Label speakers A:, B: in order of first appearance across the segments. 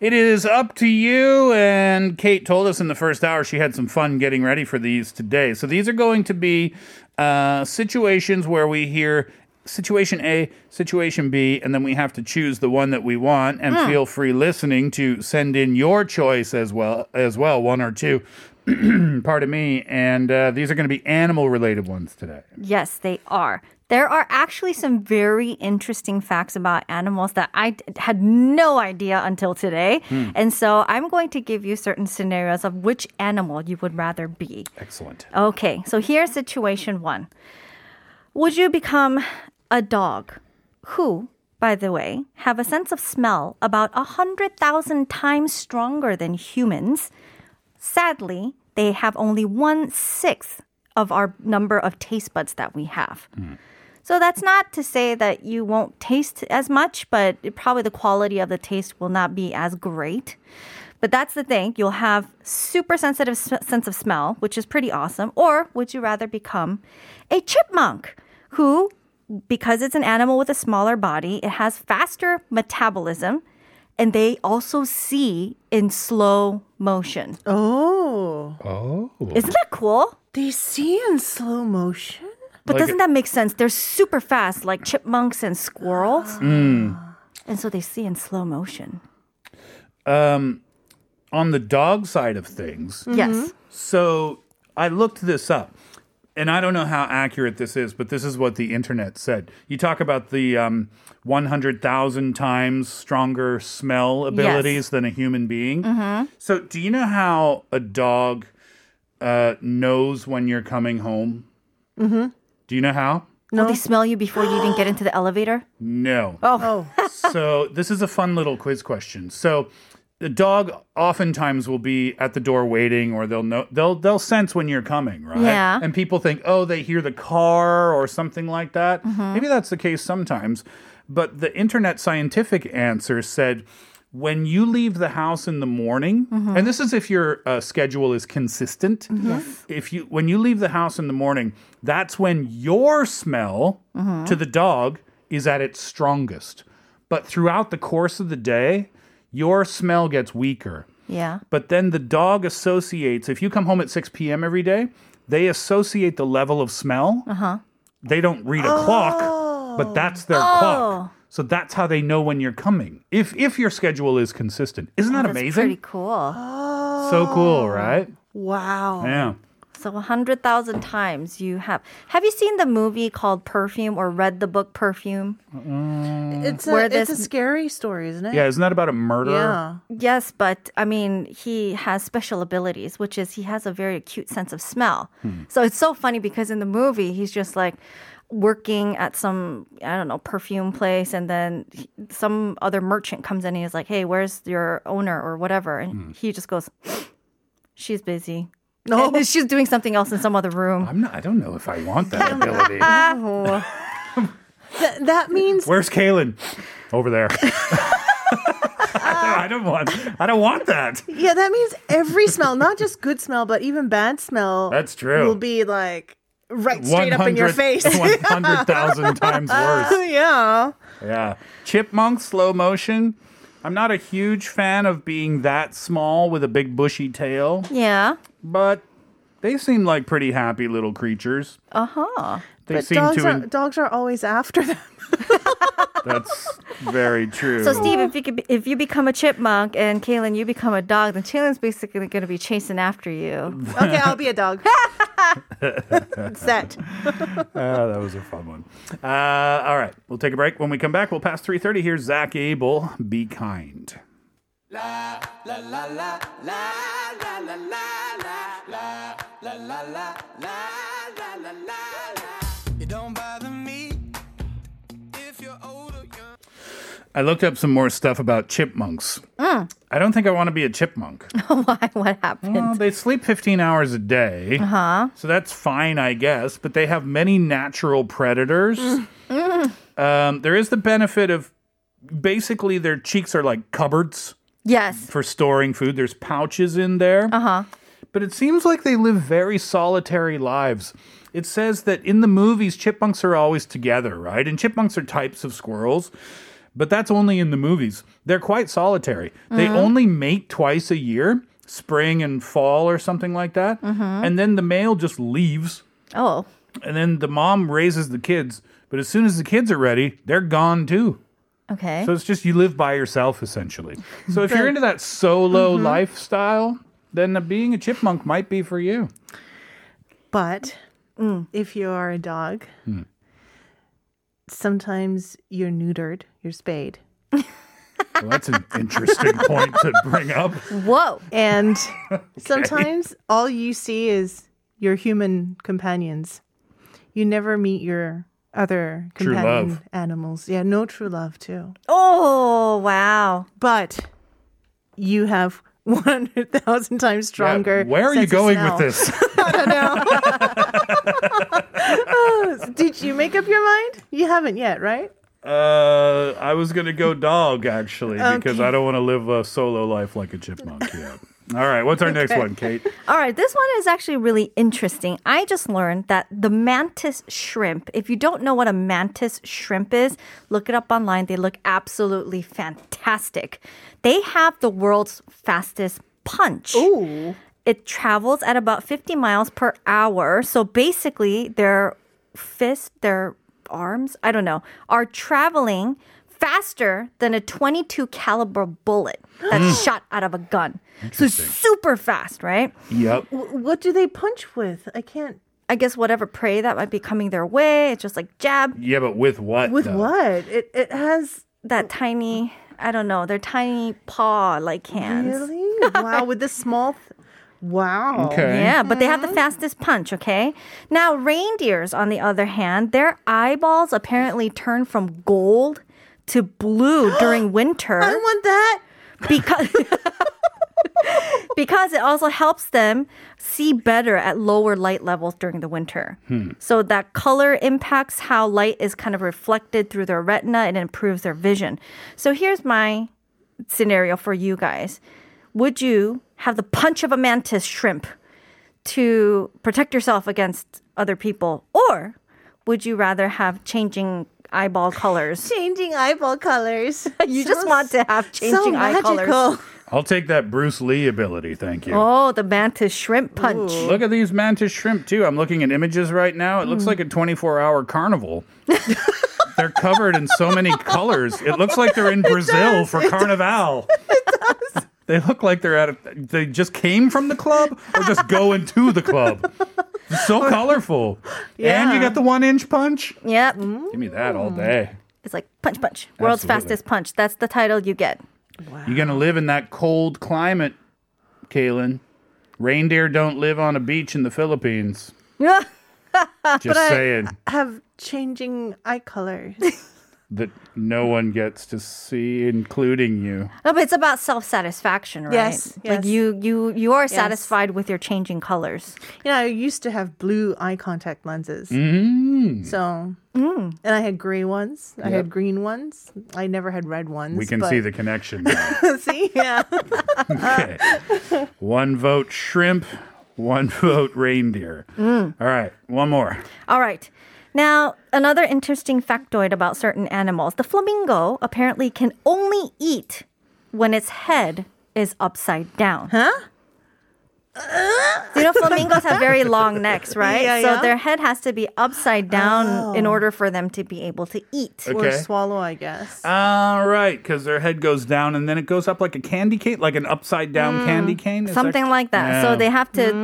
A: It is up to you. And Kate told us in the first hour she had some fun getting ready for these today. So these are going to be uh, situations where we hear situation A, situation B, and then we have to choose the one that we want. And feel free listening to send in your choice as well as well, one or two. Pardon me. And uh, these are going to be animal related ones today.
B: Yes, they are. There are actually some very interesting facts about animals that I d- had no idea until today. And so I'm going to give you certain scenarios of which animal you would rather be.
A: Excellent.
B: Okay, so here's situation one. Would you become a dog who, by the way, have a sense of smell about a 100,000 times stronger than humans? Sadly, they have only one sixth of our number of taste buds that we have. So that's not to say that you won't taste as much, but it- probably the quality of the taste will not be as great. But that's the thing. You'll have super sensitive s- sense of smell, which is pretty awesome. Or would you rather become a chipmunk who, because it's an animal with a smaller body, it has faster metabolism and they also see in slow motion.
C: Oh,
B: Isn't that cool?
C: they see in slow motion.
B: But
A: Like-
B: doesn't that make sense? They're super fast, like chipmunks and squirrels.
A: Mm.
B: And so they see in slow motion.
A: On the dog side of things,
B: Yes.
A: So I looked this up, and I don't know how accurate this is, but this is what the internet said. You talk about the um, 100,000 times stronger smell abilities than a human being. So, do you know how a dog uh, knows when you're coming home? Do you know how?
B: No. they smell you before you even get into the elevator.
A: No.
C: Oh,
A: so this is a fun little quiz question. So the dog oftentimes will be at the door waiting or they'll know they'll they'll sense when you're coming, right?
B: Yeah.
A: And people think, "Oh, they hear the car or something like that." Maybe that's the case sometimes, but the internet scientific answer said when you leave the house in the morning, and this is if your uh, schedule is consistent. If you when you leave the house in the morning, that's when your smell to the dog is at its strongest. But throughout the course of the day, your smell gets weaker.
B: Yeah.
A: But then the dog associates, if you come home at 6 p.m. every day, they associate the level of smell. Uh-huh. They don't read a clock, but that's their
C: Oh.
A: clock. So that's how they know when you're coming. If if your schedule is consistent. Isn't
C: Oh,
A: that
B: That's
A: amazing?
B: pretty cool.
A: So cool, right?
C: wow.
A: Yeah.
B: So 100,000 times you have. Have you seen the movie called Perfume or read the book Perfume?
C: It's a,
B: Where
C: it's a
B: this-
C: scary story, isn't it?
A: Yeah, isn't that about a murderer?
C: Yeah.
B: Yes, but I mean, he has special abilities, which is he has a very acute sense of smell.
A: Hmm.
B: So it's so funny because in the movie, he's just like working at some, I don't know, perfume place. And then he- some other merchant comes in and he's like, hey, where's your owner or whatever? And
A: Hmm.
B: he just goes, she's busy. And
C: No.
B: she's doing something else in some other room.
A: I'm not Oh. I don't know if I want that ability.
C: Oh. Th- that means
A: Where's Kalen? Over there. I don't want I don't want that.
C: yeah, that means every smell, not just good smell, but even bad smell.
A: That's true.
C: Will be like right straight up in your face.
A: 100,000 times worse.
C: yeah.
A: Yeah. Chipmunk slow motion. I'm not a huge fan of being that small with a big bushy tail,
B: Yeah.
A: but they seem like pretty happy little creatures.
B: Uh huh.
A: They
C: But
A: seem
C: dogs
A: to.
C: are,
A: en-
C: dogs are always after them.
A: that's very true.
B: So, Steve, if you, could be, if you become a chipmunk and Kaylin, you become a dog, then Kaylin's basically going to be chasing after you.
C: Okay, I'll be a dog. Set.
A: Ah, that was a fun one. Uh, all right, we'll take a break. When we come back, we'll pass 3:30. Here's Zach Abel. Be kind.
D: It don't bother me if you're old or young.
A: I looked up some more stuff about chipmunks.
C: Mm.
A: I don't think I want to be a chipmunk.
B: Why? What happened?
A: Well, they sleep 15 hours a day. Uh-huh. So that's fine, I guess. But they have many natural predators. Um, there is the benefit of basically their cheeks are like cupboards
B: Yes.
A: for storing food. There's pouches in there. Uh huh. But it seems like they live very solitary lives. It says that in the movies, chipmunks are always together, right? And chipmunks are types of squirrels. But that's only in the movies. They're quite solitary. They only mate twice a year, spring and fall or something like that. And then the male just leaves
B: Oh,
A: and then the mom raises the kids. But as soon as the kids are ready, they're gone too.
B: okay.
A: So it's just you live by yourself essentially. So if you're into that solo
C: Mm-hmm.
A: lifestyle, then being a chipmunk might be for you.
C: But if you are a dog,
A: Hmm.
C: sometimes you're neutered, you're spayed.
A: Well, that's an interesting point to bring up.
B: Whoa.
C: And sometimes all you see is your human companions. You never meet your other
A: True
C: companion
A: love.
C: animals. Yeah, no true love, too.
B: Oh, wow.
C: But you have 100,000 times
A: Yeah,
C: stronger.
A: Where are you
C: sense of
A: going with
C: smell.
A: this?
C: Did you make up your mind? You haven't yet, right?
A: Uh, I was gonna go dog actually because
C: Okay.
A: I don't want to live a solo life like a chipmunk. Yeah. All right. What's our next one, Kate?
B: All right, this one is actually really interesting. I just learned that the mantis shrimp, if you don't know what a mantis shrimp is, look it up online. They look absolutely fantastic. They have the world's fastest punch.
C: Ooh.
B: It travels at about 50 miles per hour. So basically, their fists, their arms, I don't know, are traveling faster than a 22 caliber bullet that's shot out of a gun. So super fast, right?
A: Yep.
C: W- What do they punch with? I can't.
B: I guess whatever prey that might be coming their way, it's just like jab
A: Yeah, but with what?
C: With
A: though?
C: what? It, it has.
B: that tiny, I don't know, their tiny paw like hands.
C: Really? Wow, with this small. Th- wow.
A: Okay.
B: Yeah, but they have the fastest punch, okay? Now, reindeers, on the other hand, their eyeballs apparently turn from gold to blue during winter.
C: I want that.
B: because because it also helps them see better at lower light levels during the winter. So that color impacts how light is kind of reflected through their retina and improves their vision. So here's my scenario for you guys. Would you have the punch of a mantis shrimp to protect yourself against other people or would you rather have changing eyeball colors?
C: Changing eyeball colors.
B: You just want to have
C: so
B: changing eye
C: magical.
B: colors.
A: I'll take that Bruce Lee ability. Thank you.
B: Oh, the mantis shrimp punch.
A: Look at these mantis shrimp too. I'm looking at images right now. It looks like a 24-hour carnival. they're covered in so many colors. It looks like they're in Brazil for Carnival. They look like they're at a, they just came from the club or just going to the club. It's so colorful. And you got the one inch punch.
B: Yep.
A: Give me that all day.
B: It's like punch, punch. World's
A: Absolutely.
B: fastest punch. That's the title you get.
A: You're gonna live in that cold climate, Kaylin. Reindeer don't live on a beach in the Philippines.
B: Yeah.
A: Just saying.
C: Have changing eye colors.
A: that no one gets to see, including you.
B: No, but it's about self satisfaction, right?
C: Yes,
B: Like
C: yes.
B: you, you, you are satisfied with your changing colors.
C: You know, I used to have blue eye contact lenses.
A: Mm.
C: So, and I had gray ones. I had green ones. I never had red ones.
A: We can
C: but-
A: see the connection.
C: see, yeah.
A: Okay. one vote shrimp, one vote reindeer.
B: Mm.
A: All right, one more.
B: All right. Now, another interesting factoid about certain animals: the flamingo apparently can only eat when its head is upside down. Huh? You know, flamingos have very long necks, right?
C: Yeah,
B: so
C: yeah. Oh.
B: their head has to be upside down in order for them to be able to eat.
C: Or
A: Okay. Uh,
C: swallow, I guess.
A: All right, because their head goes down and then it goes up like a candy cane, like an upside down candy cane. Is
B: Mm, something like that.
A: Yeah.
B: So they have to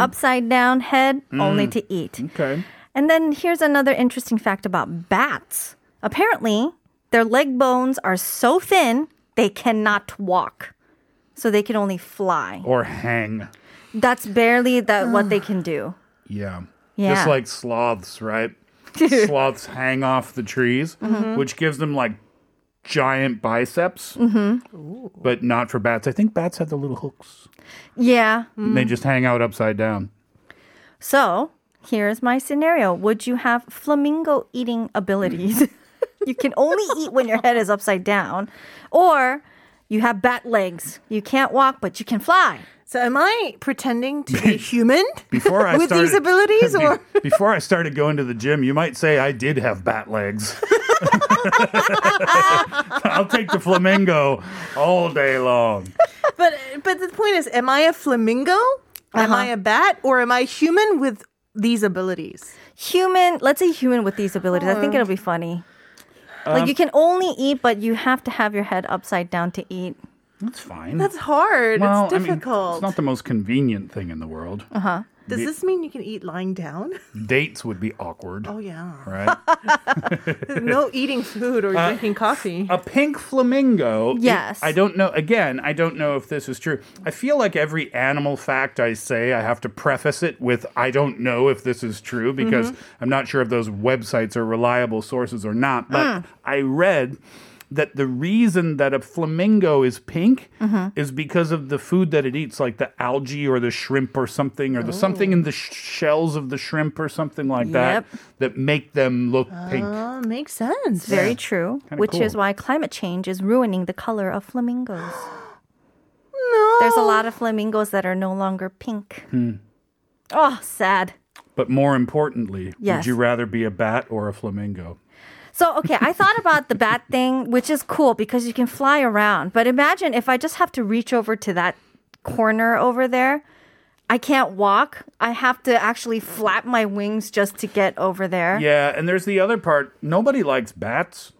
B: upside down head only to eat.
A: Okay.
B: And then here's another interesting fact about bats. Apparently, their leg bones are so thin they cannot walk. So they can only fly.
A: Or hang.
B: That's barely that what they can do.
A: Yeah.
B: Yeah.
A: Just like sloths, right? sloths hang off the trees,
B: Mm-hmm.
A: which gives them like giant biceps,
B: Mm-hmm.
A: but not for bats. I think bats have the little hooks.
B: Yeah.
A: They
C: Mm.
A: just hang out upside down.
B: So here's my scenario. Would you have flamingo eating abilities? you can only eat when your head is upside down. Or you have bat legs. You can't walk, but you can fly.
C: so, am I pretending to be human
A: Before I
C: with
A: started,
C: these abilities,
A: be-
C: or
A: before I started going to the gym, you might say I did have bat legs. I'll take the flamingo all day long.
C: But but the point is, am I a flamingo? Am I a bat? Or am I human with these abilities?
B: Human, let's say human with these abilities. I think it'll be funny. like you
A: Um,
B: can only eat, but you have to have your head upside down to eat.
A: That's fine.
C: That's hard.
A: well,
C: it's
A: I mean,
C: difficult. Uh-huh.
A: it's not the most convenient thing in the world.
C: Does this mean you can eat lying down?
A: Dates would be awkward,
C: Oh yeah.
A: right?
C: no eating food or drinking coffee.
A: a pink flamingo. it-
B: Yes.
A: I don't know. Again, I don't know if this is true. I feel like every animal fact I say, I have to preface it with I don't know if this is true because
B: Mm-hmm.
A: I'm not sure if those websites are reliable sources or not. But
B: Mm.
A: I read that the reason that a flamingo is pink
B: Mm-hmm.
A: is because of the food that it eats, like the algae or the shrimp or something, or the something in the sh- shells of the shrimp or something like that
B: Oh. Yep.
A: that make them look pink.
C: Oh, makes sense.
B: Very true,
A: Kinda
B: which is
A: cool.
B: why climate change is ruining the color of flamingos.
C: no.
B: There's a lot of flamingos that are no longer pink.
A: Hmm.
B: Oh, sad.
A: But more importantly, would
B: Yes.
A: you rather be a bat or a flamingo?
B: So, okay, I thought about the bat thing, which is cool because you can fly around. But imagine if I just have to reach over to that corner over there. I can't walk. I have to actually flap my wings just to get over there.
A: Yeah, and there's the other part. Nobody likes bats.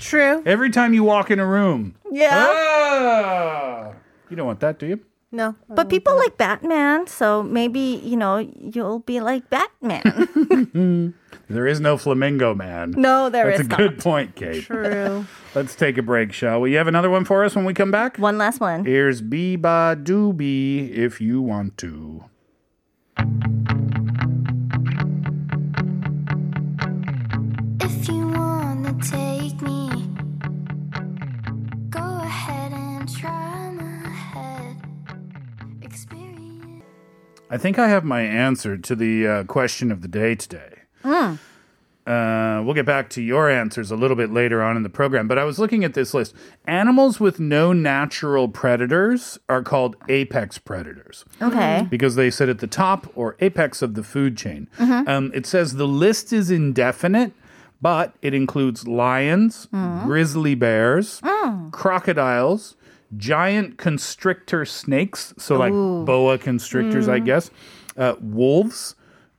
C: True.
A: Every time you walk in a room. Uh,
B: Yeah.
A: Ah! You don't want that, do you?
C: No.
B: But
A: Oh,
B: people like Batman, so maybe, you know, you'll be like Batman.
A: There is no flamingo man.
B: No, there
A: That's
B: is
A: a good point, Kate.
C: True.
A: Let's take a break, shall we? You have another one for us when we come back?
B: One last one.
A: Here's Biba Doobie if you want to.
E: If you wanna take me, go ahead and try my head. Experience.
A: I think I have my answer to the uh, question of the day today. Uh, we'll get back to your answers a little bit later on in the program, but I was looking at this list. Animals with no natural predators are called apex predators
B: Okay.
A: because they sit at the top or apex of the food chain.
B: Mm-hmm.
A: Um, it says the list is indefinite, but it includes lions,
B: Mm.
A: grizzly bears, crocodiles, giant constrictor snakes, so like boa constrictors,
B: Mm.
A: I guess, uh, wolves,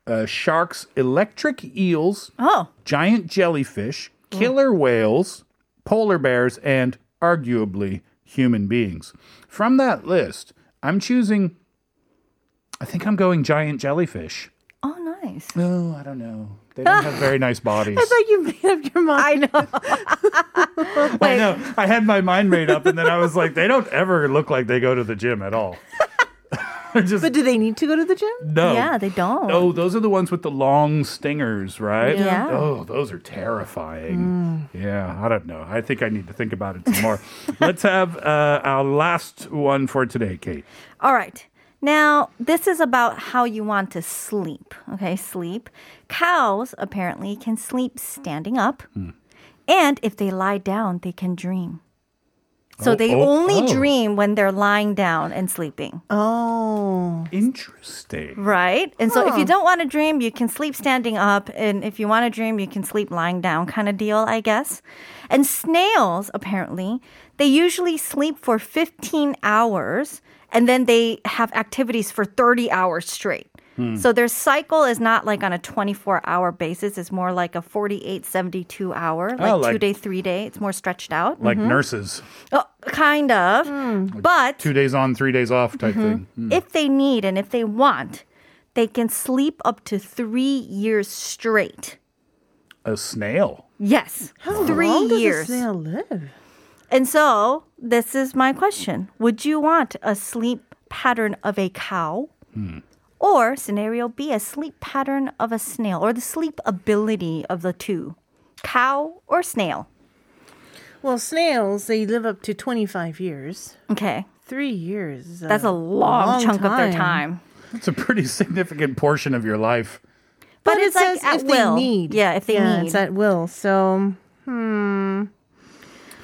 A: uh, sharks, electric eels,
B: Oh.
A: giant jellyfish, killer whales, polar bears, and arguably human beings. From that list, I'm choosing. I think I'm going giant jellyfish.
B: Oh, nice.
A: No, I don't know. They don't have very nice bodies.
C: I thought you made up your mind. I know.
A: I know. I had my mind made up, and then I was like, they don't ever look like they go to the gym at all. They're just
C: But do they need to go to the gym?
A: no.
B: Yeah, they don't.
A: Oh, those are the ones with the long stingers, right?
B: Yeah. Mm.
A: Oh, those are terrifying. Yeah, I don't know. I think I need to think about it some more. Let's have uh, our last one for today, Kate.
B: All right. Now, this is about how you want to sleep. Okay, sleep. Cows apparently can sleep standing up.
A: Hmm.
B: And if they lie down, they can dream. So
A: Oh,
B: they
A: oh,
B: only
A: oh.
B: dream when they're lying down and sleeping, Mm.
C: Oh.
B: Mm-hmm.
A: Interesting.
B: right? And so if you don't want to dream, you can sleep standing up. And if you want to dream, you can sleep lying down, kind of deal, I guess. And snails, apparently, they usually sleep for 15 hours and then they have activities for 30 hours straight.
A: Hmm.
B: So their cycle is not like on a 24 hour basis. It's more like a 48, 72 hour, like,
A: like-
B: two day, three day. It's more stretched out.
A: Like Hmm. nurses,
B: Oh, kind of. But
A: two days on, three days off type
B: Mm-hmm.
A: thing.
B: if they need and if they want, they can sleep up to three years straight.
A: A snail.
B: Yes,
C: How
B: three
C: long does a
B: years.
C: snail live?
B: and so, this is my question Would you want a sleep pattern of a cow?
C: Hmm.
B: Or scenario B, a sleep pattern of a snail, or the sleep ability of the two, cow or snail?
C: Well, snails they live up to 25 years.
B: Okay,
C: Three years. is
B: that's a long, chunk of their time.
A: That's a pretty significant portion of your life.
B: But,
C: But it
B: it's like
C: says
B: at
C: if
B: will.
C: they need.
B: Yeah, if they
C: yeah,
B: need.
C: it's at will. So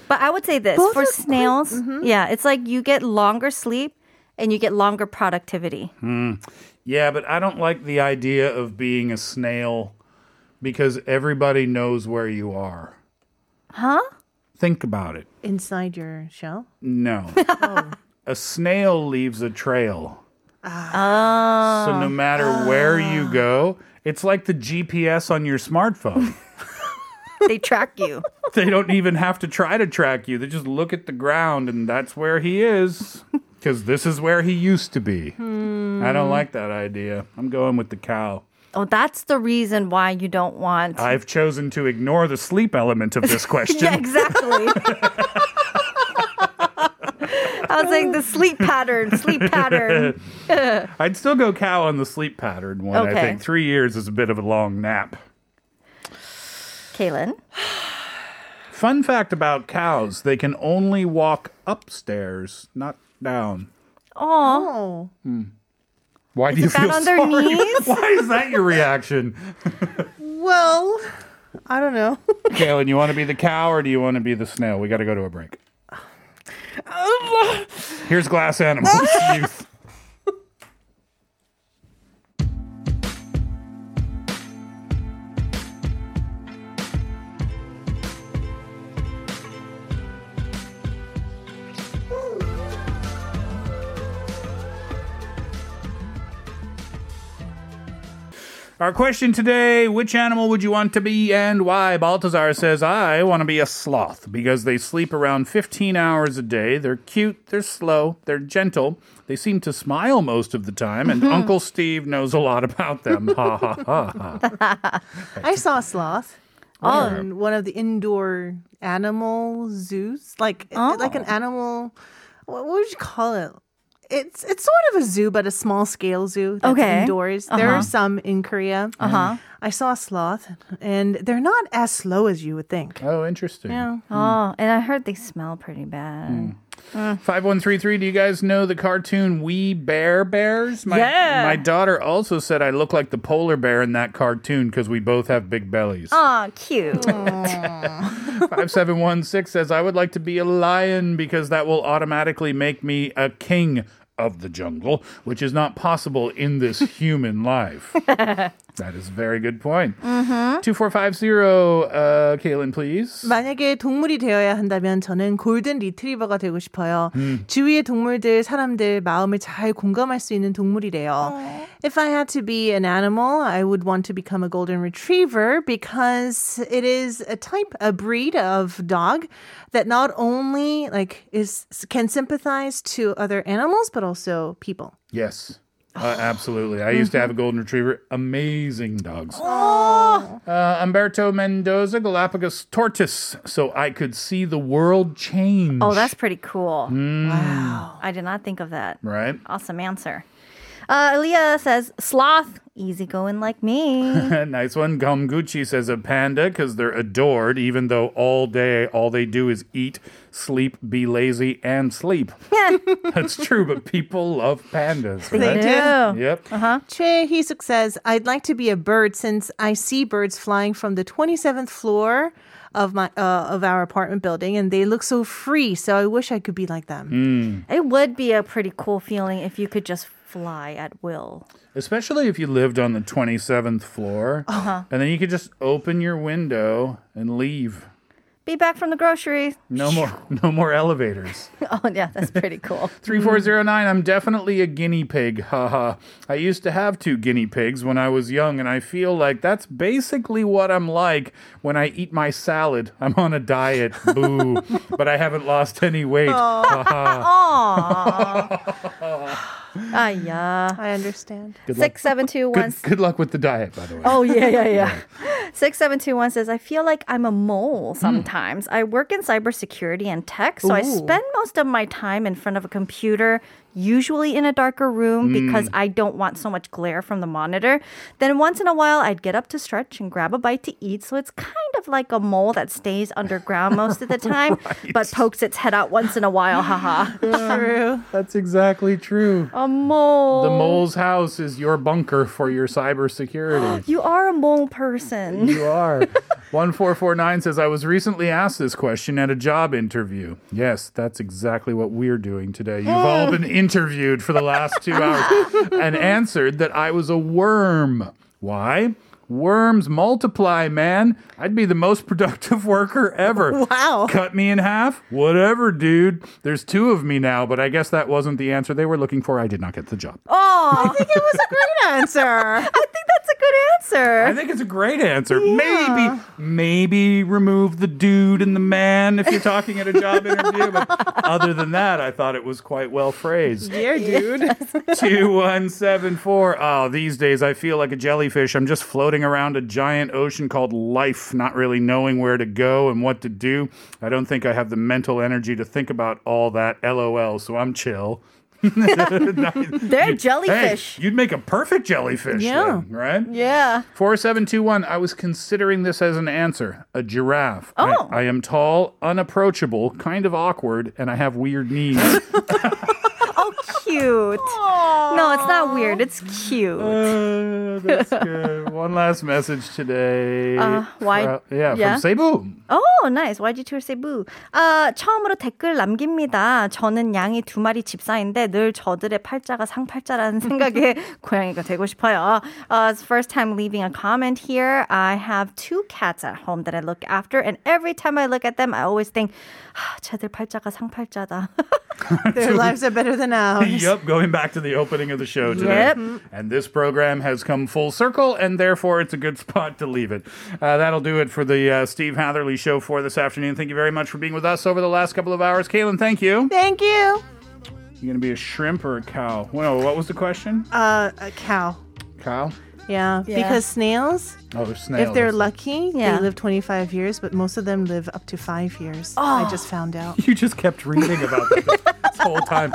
B: But I would say this
C: Both
B: for
C: are quite-
B: snails, yeah, it's like you get longer sleep and you get longer productivity.
A: Yeah, but I don't like the idea of being a snail because everybody knows where you are.
B: Huh?
A: Think about it.
C: Inside your shell?
A: No. A snail leaves a trail. So no matter where you go, it's like the GPS on your smartphone.
B: They track you.
A: they don't even have to try to track you. They just look at the ground and that's where he is because this is where he used to be. I
B: Hmm.
A: don't like that idea. I'm going with the cow.
B: Oh, that's the reason why you don't want.
A: I've chosen to ignore the sleep element of this question.
B: yeah, exactly. I was like the sleep pattern, sleep pattern.
A: I'd still go cow on the sleep pattern one. I
B: Okay.
A: think three years is a bit of a long nap.
B: Kaylin,
A: Fun fact about cows they can only walk upstairs, not down.
B: oh,
C: Oh.
A: Why do you
B: that
A: feel
B: on their
A: sorry?
B: knees?
A: Why is that your reaction?
C: Well, I don't know.
A: Kaylin, you want to be the cow or do you want to be the snail? We got to go to a break. Here's glass animals. Youth. Our question today which animal would you want to be and why? Baltazar says, I want to be a sloth because they sleep around 15 hours a day. They're cute, they're slow, they're gentle, they seem to smile most of the time,
B: Mm-hmm.
A: and Uncle Steve knows a lot about them. Ha ha ha.
C: I saw a sloth.
B: Oh.
C: On one of the indoor animal zoos, like like
B: Oh.
C: an animal, what, what would you call it? It's it's sort of a zoo, but a small scale zoo. That's
B: Okay. Uh-huh.
C: indoors. There are some in Korea. Uh huh. I saw a sloth, and they're not as slow as you would think.
A: Oh, interesting.
C: Yeah.
B: Oh, and I heard they smell pretty bad.
A: 5133, do you guys know the cartoon We Bear Bears? My,
B: Yeah.
A: my daughter also said I look like the polar bear in that cartoon because we both have big bellies.
B: Oh, cute.
A: 5716 says, I would like to be a lion because that will automatically make me a king of the jungle, which is not possible in this human life. that is a very good point.
B: Mm-hmm.
A: 2450, uh, Kaylin, please.
C: 만약에 동물이 되어야 한다면 저는 골든 리트리버가 되고 싶어요. 주위의 동물들, 사람들 마음을 잘 공감할 수 있는 동물이래요. If I had to be an animal, I would want to become a golden retriever because it is a type, a breed of dog that not only like is can sympathize to other animals but also people.
A: Yes. Uh, absolutely. I used to have a golden retriever. Amazing dogs.
B: Oh.
A: Uh, Umberto Mendoza, Galapagos tortoise. So I could see the world change.
B: Oh, that's pretty cool. Wow. I did not think of that.
A: right.
B: Awesome answer. Uh, Leah says, sloth, easygoing like me.
A: nice one. Gomguchi says a panda because they're adored, even though all day all they do is eat, sleep, be lazy, and sleep. That's true, but people love pandas. Right?
C: They
B: do.
A: Yep.
C: Choi Hee-suk says, I'd like to be a bird since I see birds flying from the 27th floor of my uh, of our apartment building and they look so free. So I wish I could be like them.
B: It would be a pretty cool feeling if you could just fly at will.
A: Especially if you lived on the 27th floor. Uh-huh. And then you could just open your window and leave.
B: Be back from the grocery.
A: No more, no more elevators.
B: Oh, yeah, that's pretty cool.
A: Three four zero nine. I'm definitely a guinea pig. Haha. I used to have two guinea pigs when I was young, and I feel like that's basically what I'm like when I eat my salad. I'm on a diet. Boo. but I haven't lost any weight.
B: Aww. Ah, yeah.
C: I understand.
A: Good luck.
B: 6721.
A: Good, good luck with the diet, by the way.
B: Oh, yeah, yeah, yeah. 6721 says, I feel like I'm a mole sometimes. I work in cybersecurity and tech, so I
C: Ooh.
B: spend most of my time in front of a computer, usually in a darker room because I don't want so much glare from the monitor. Then once in a while, I'd get up to stretch and grab a bite to eat, so it's kind of like a mole that stays underground most of the time, but pokes its head out once in a while. Haha.
C: True.
A: That's exactly true.
B: a mole.
A: The mole's house is your bunker for your cybersecurity.
B: You are a mole person.
A: You are. 1449 says, I was recently asked this question at a job interview. Yes, that's exactly what we're doing today. You've all been interviewed for the last two hours and answered that I was a worm. Why? Worms multiply, man. I'd be the most productive worker ever.
C: Wow.
A: Cut me in half? Whatever, dude. There's two of me now, but I guess that wasn't the answer they were looking for. I did not get the job.
B: Oh, I think,
C: It was a great answer.
B: I think that's a good
A: I
B: answer.
A: think it's a great answer. Maybe, maybe remove the dude and the man if you're talking at a job interview. But other than that, I thought it was quite well phrased.
C: yeah, dude.
A: 2174. Oh, these days I feel like a jellyfish. I'm just floating around a giant ocean called life, not really knowing where to go and what to do. I don't think I have the mental energy to think about all that. LOL. So I'm chill.
B: They're
A: Hey,
B: jellyfish.
A: you'd make a perfect jellyfish,
C: Yeah.
A: then, right?
B: Yeah.
A: 4721. I was considering this as an answer. A giraffe. I-
B: Oh.
A: I, am tall, unapproachable, kind of awkward, and I have weird knees.
B: Oh, cute. No, it's not weird. It's cute.
A: Uh, that's good. One last message today.
B: Uh, why-
A: Fro- yeah,
B: yeah?
A: from Cebu.
B: Oh, nice. Why did you say boo? 아, 처음으로 댓글 남깁니다. 저는 양이 두 마리 집사인데 늘 저들의 팔자가 상팔자라는 생각에 고양이가 되고 싶어요. Uh, it's first time leaving a comment here. I have two cats at home that I look after, and every time I look at them, I always think, 아, 쟤들 팔자가 상팔자다.
C: Their lives are better than ours.
A: Yep, going back to the opening of the show today.
B: Yep.
A: And this program has come full circle, and therefore it's a good spot to leave it. Uh, that'll do it for the uh, Steve Hatherley show for this afternoon. Thank you very much for being with us over the last couple of hours. Kaylin, thank you.
C: Thank you.
A: You going to be a shrimp or a cow? Well, what was the question?
C: Uh, a cow.
A: cow?
C: Yeah,
B: Yeah.
C: because snails,
A: Oh, snail.
C: if they're lucky,
B: Yeah.
C: they live 25 years, but most of them live up to five years. I just found out.
A: You just kept reading about this this whole time.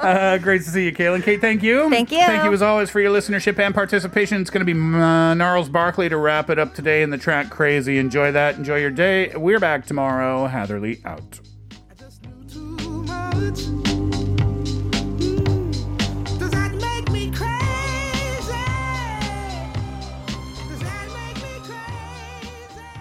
A: Uh, great to see you, Kaylin. Kate, thank you.
B: Thank you.
A: Thank you as always for your listenership and participation. It's going to be uh, Gnarls Barkley to wrap it up today in the track Crazy. Enjoy that. Enjoy your day. We're back tomorrow. Hatherley out.
D: I just knew too much.